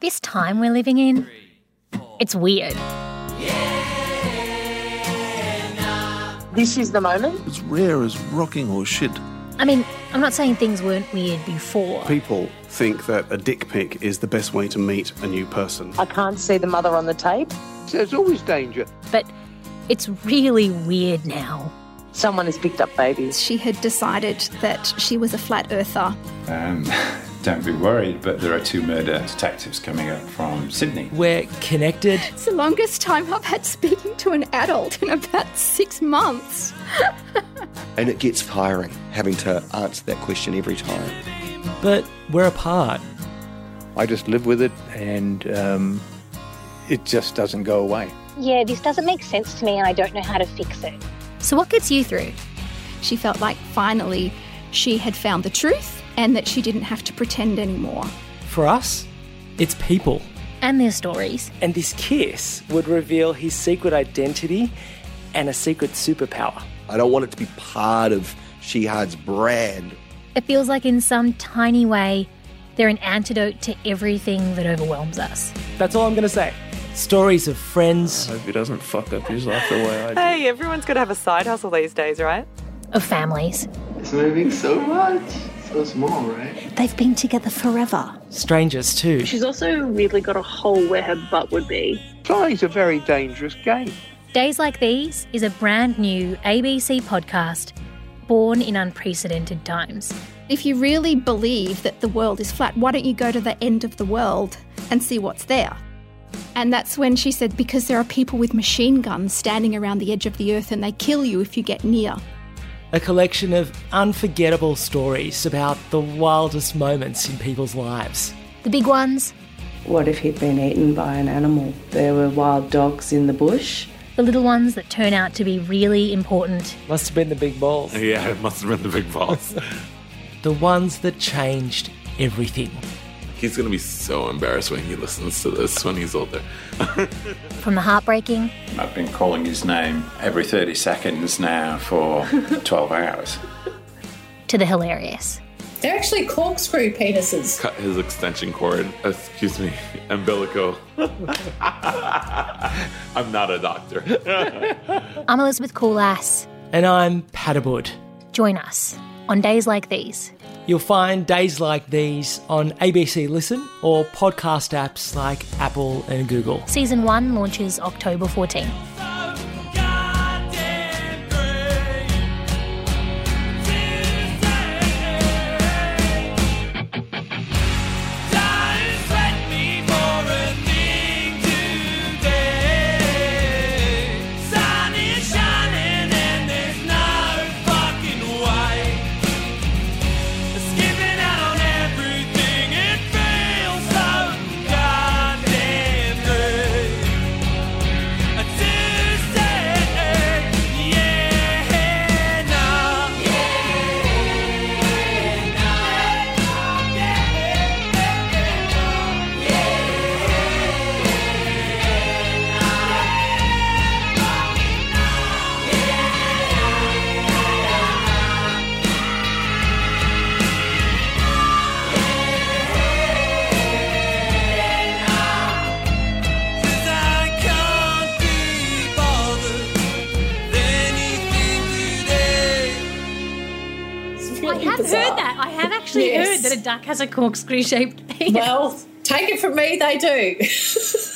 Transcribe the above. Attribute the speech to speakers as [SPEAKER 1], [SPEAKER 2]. [SPEAKER 1] This time we're living in, it's weird.
[SPEAKER 2] This is the moment.
[SPEAKER 3] It's rare as rocking or shit.
[SPEAKER 1] I mean, I'm not saying things weren't weird before.
[SPEAKER 4] People think that a dick pic is the best way to meet a new person.
[SPEAKER 2] I can't see the mother on the tape.
[SPEAKER 5] There's always danger.
[SPEAKER 1] but it's really weird now.
[SPEAKER 2] Someone has picked up babies.
[SPEAKER 6] She had decided that she was a flat earther.
[SPEAKER 7] Um, don't be worried, but there are two murder detectives coming up from Sydney.
[SPEAKER 8] We're connected.
[SPEAKER 6] It's the longest time I've had speaking to an adult in about six months.
[SPEAKER 9] And it gets tiring having to answer that question every time.
[SPEAKER 8] But we're apart.
[SPEAKER 5] I just live with it and um, it just doesn't go away.
[SPEAKER 10] Yeah, this doesn't make sense to me and I don't know how to fix it.
[SPEAKER 1] So, what gets you through?
[SPEAKER 6] She felt like finally she had found the truth and that she didn't have to pretend anymore.
[SPEAKER 8] For us, it's people.
[SPEAKER 1] And their stories.
[SPEAKER 8] And this kiss would reveal his secret identity and a secret superpower.
[SPEAKER 9] I don't want it to be part of Shehad's brand.
[SPEAKER 1] It feels like, in some tiny way, they're an antidote to everything that overwhelms us.
[SPEAKER 8] That's all I'm going to say. Stories of friends,
[SPEAKER 3] Hope he doesn't fuck up his life the way I do.
[SPEAKER 11] Hey, everyone's got to have a side hustle these days, right?
[SPEAKER 1] Of families.
[SPEAKER 5] It's moving so much. So small, right?
[SPEAKER 10] They've been together forever.
[SPEAKER 8] strangers too.
[SPEAKER 11] She's also weirdly got a hole where her butt would be.
[SPEAKER 5] Flying's a very dangerous game.
[SPEAKER 1] Days Like These is a brand new ABC podcast born in unprecedented times.
[SPEAKER 6] If you really believe that the world is flat, why don't you go to the end of the world and see what's there? And that's when she said, because there are people with machine guns standing around the edge of the earth and they kill you if you get near.
[SPEAKER 8] A collection of unforgettable stories about the wildest moments in people's lives.
[SPEAKER 1] The big ones,
[SPEAKER 2] What if he'd been eaten by an animal? There were wild dogs in the bush.
[SPEAKER 1] the little ones that turn out to be really important,
[SPEAKER 8] Must have been the big balls.
[SPEAKER 3] Yeah, it must have been the big boss.
[SPEAKER 8] The ones that changed everything.
[SPEAKER 3] he's gonna be so embarrassed when he listens to this when he's older.
[SPEAKER 1] from the heartbreaking
[SPEAKER 7] I've been calling his name every 30 seconds now for 12 hours.
[SPEAKER 1] to the hilarious.
[SPEAKER 10] They're actually corkscrew penises.
[SPEAKER 3] Cut his extension cord. Excuse me, umbilical. I'm not a doctor.
[SPEAKER 1] I'm Elizabeth Coolass.
[SPEAKER 8] And I'm Padderwood.
[SPEAKER 1] Join us on days like these.
[SPEAKER 8] You'll find days like these on ABC Listen or podcast apps like Apple and Google.
[SPEAKER 1] Season 1 launches October 14. I have heard that. I have actually
[SPEAKER 10] Yes.
[SPEAKER 1] heard that a duck has a corkscrew shaped penis.
[SPEAKER 10] Well, take it from me, they do.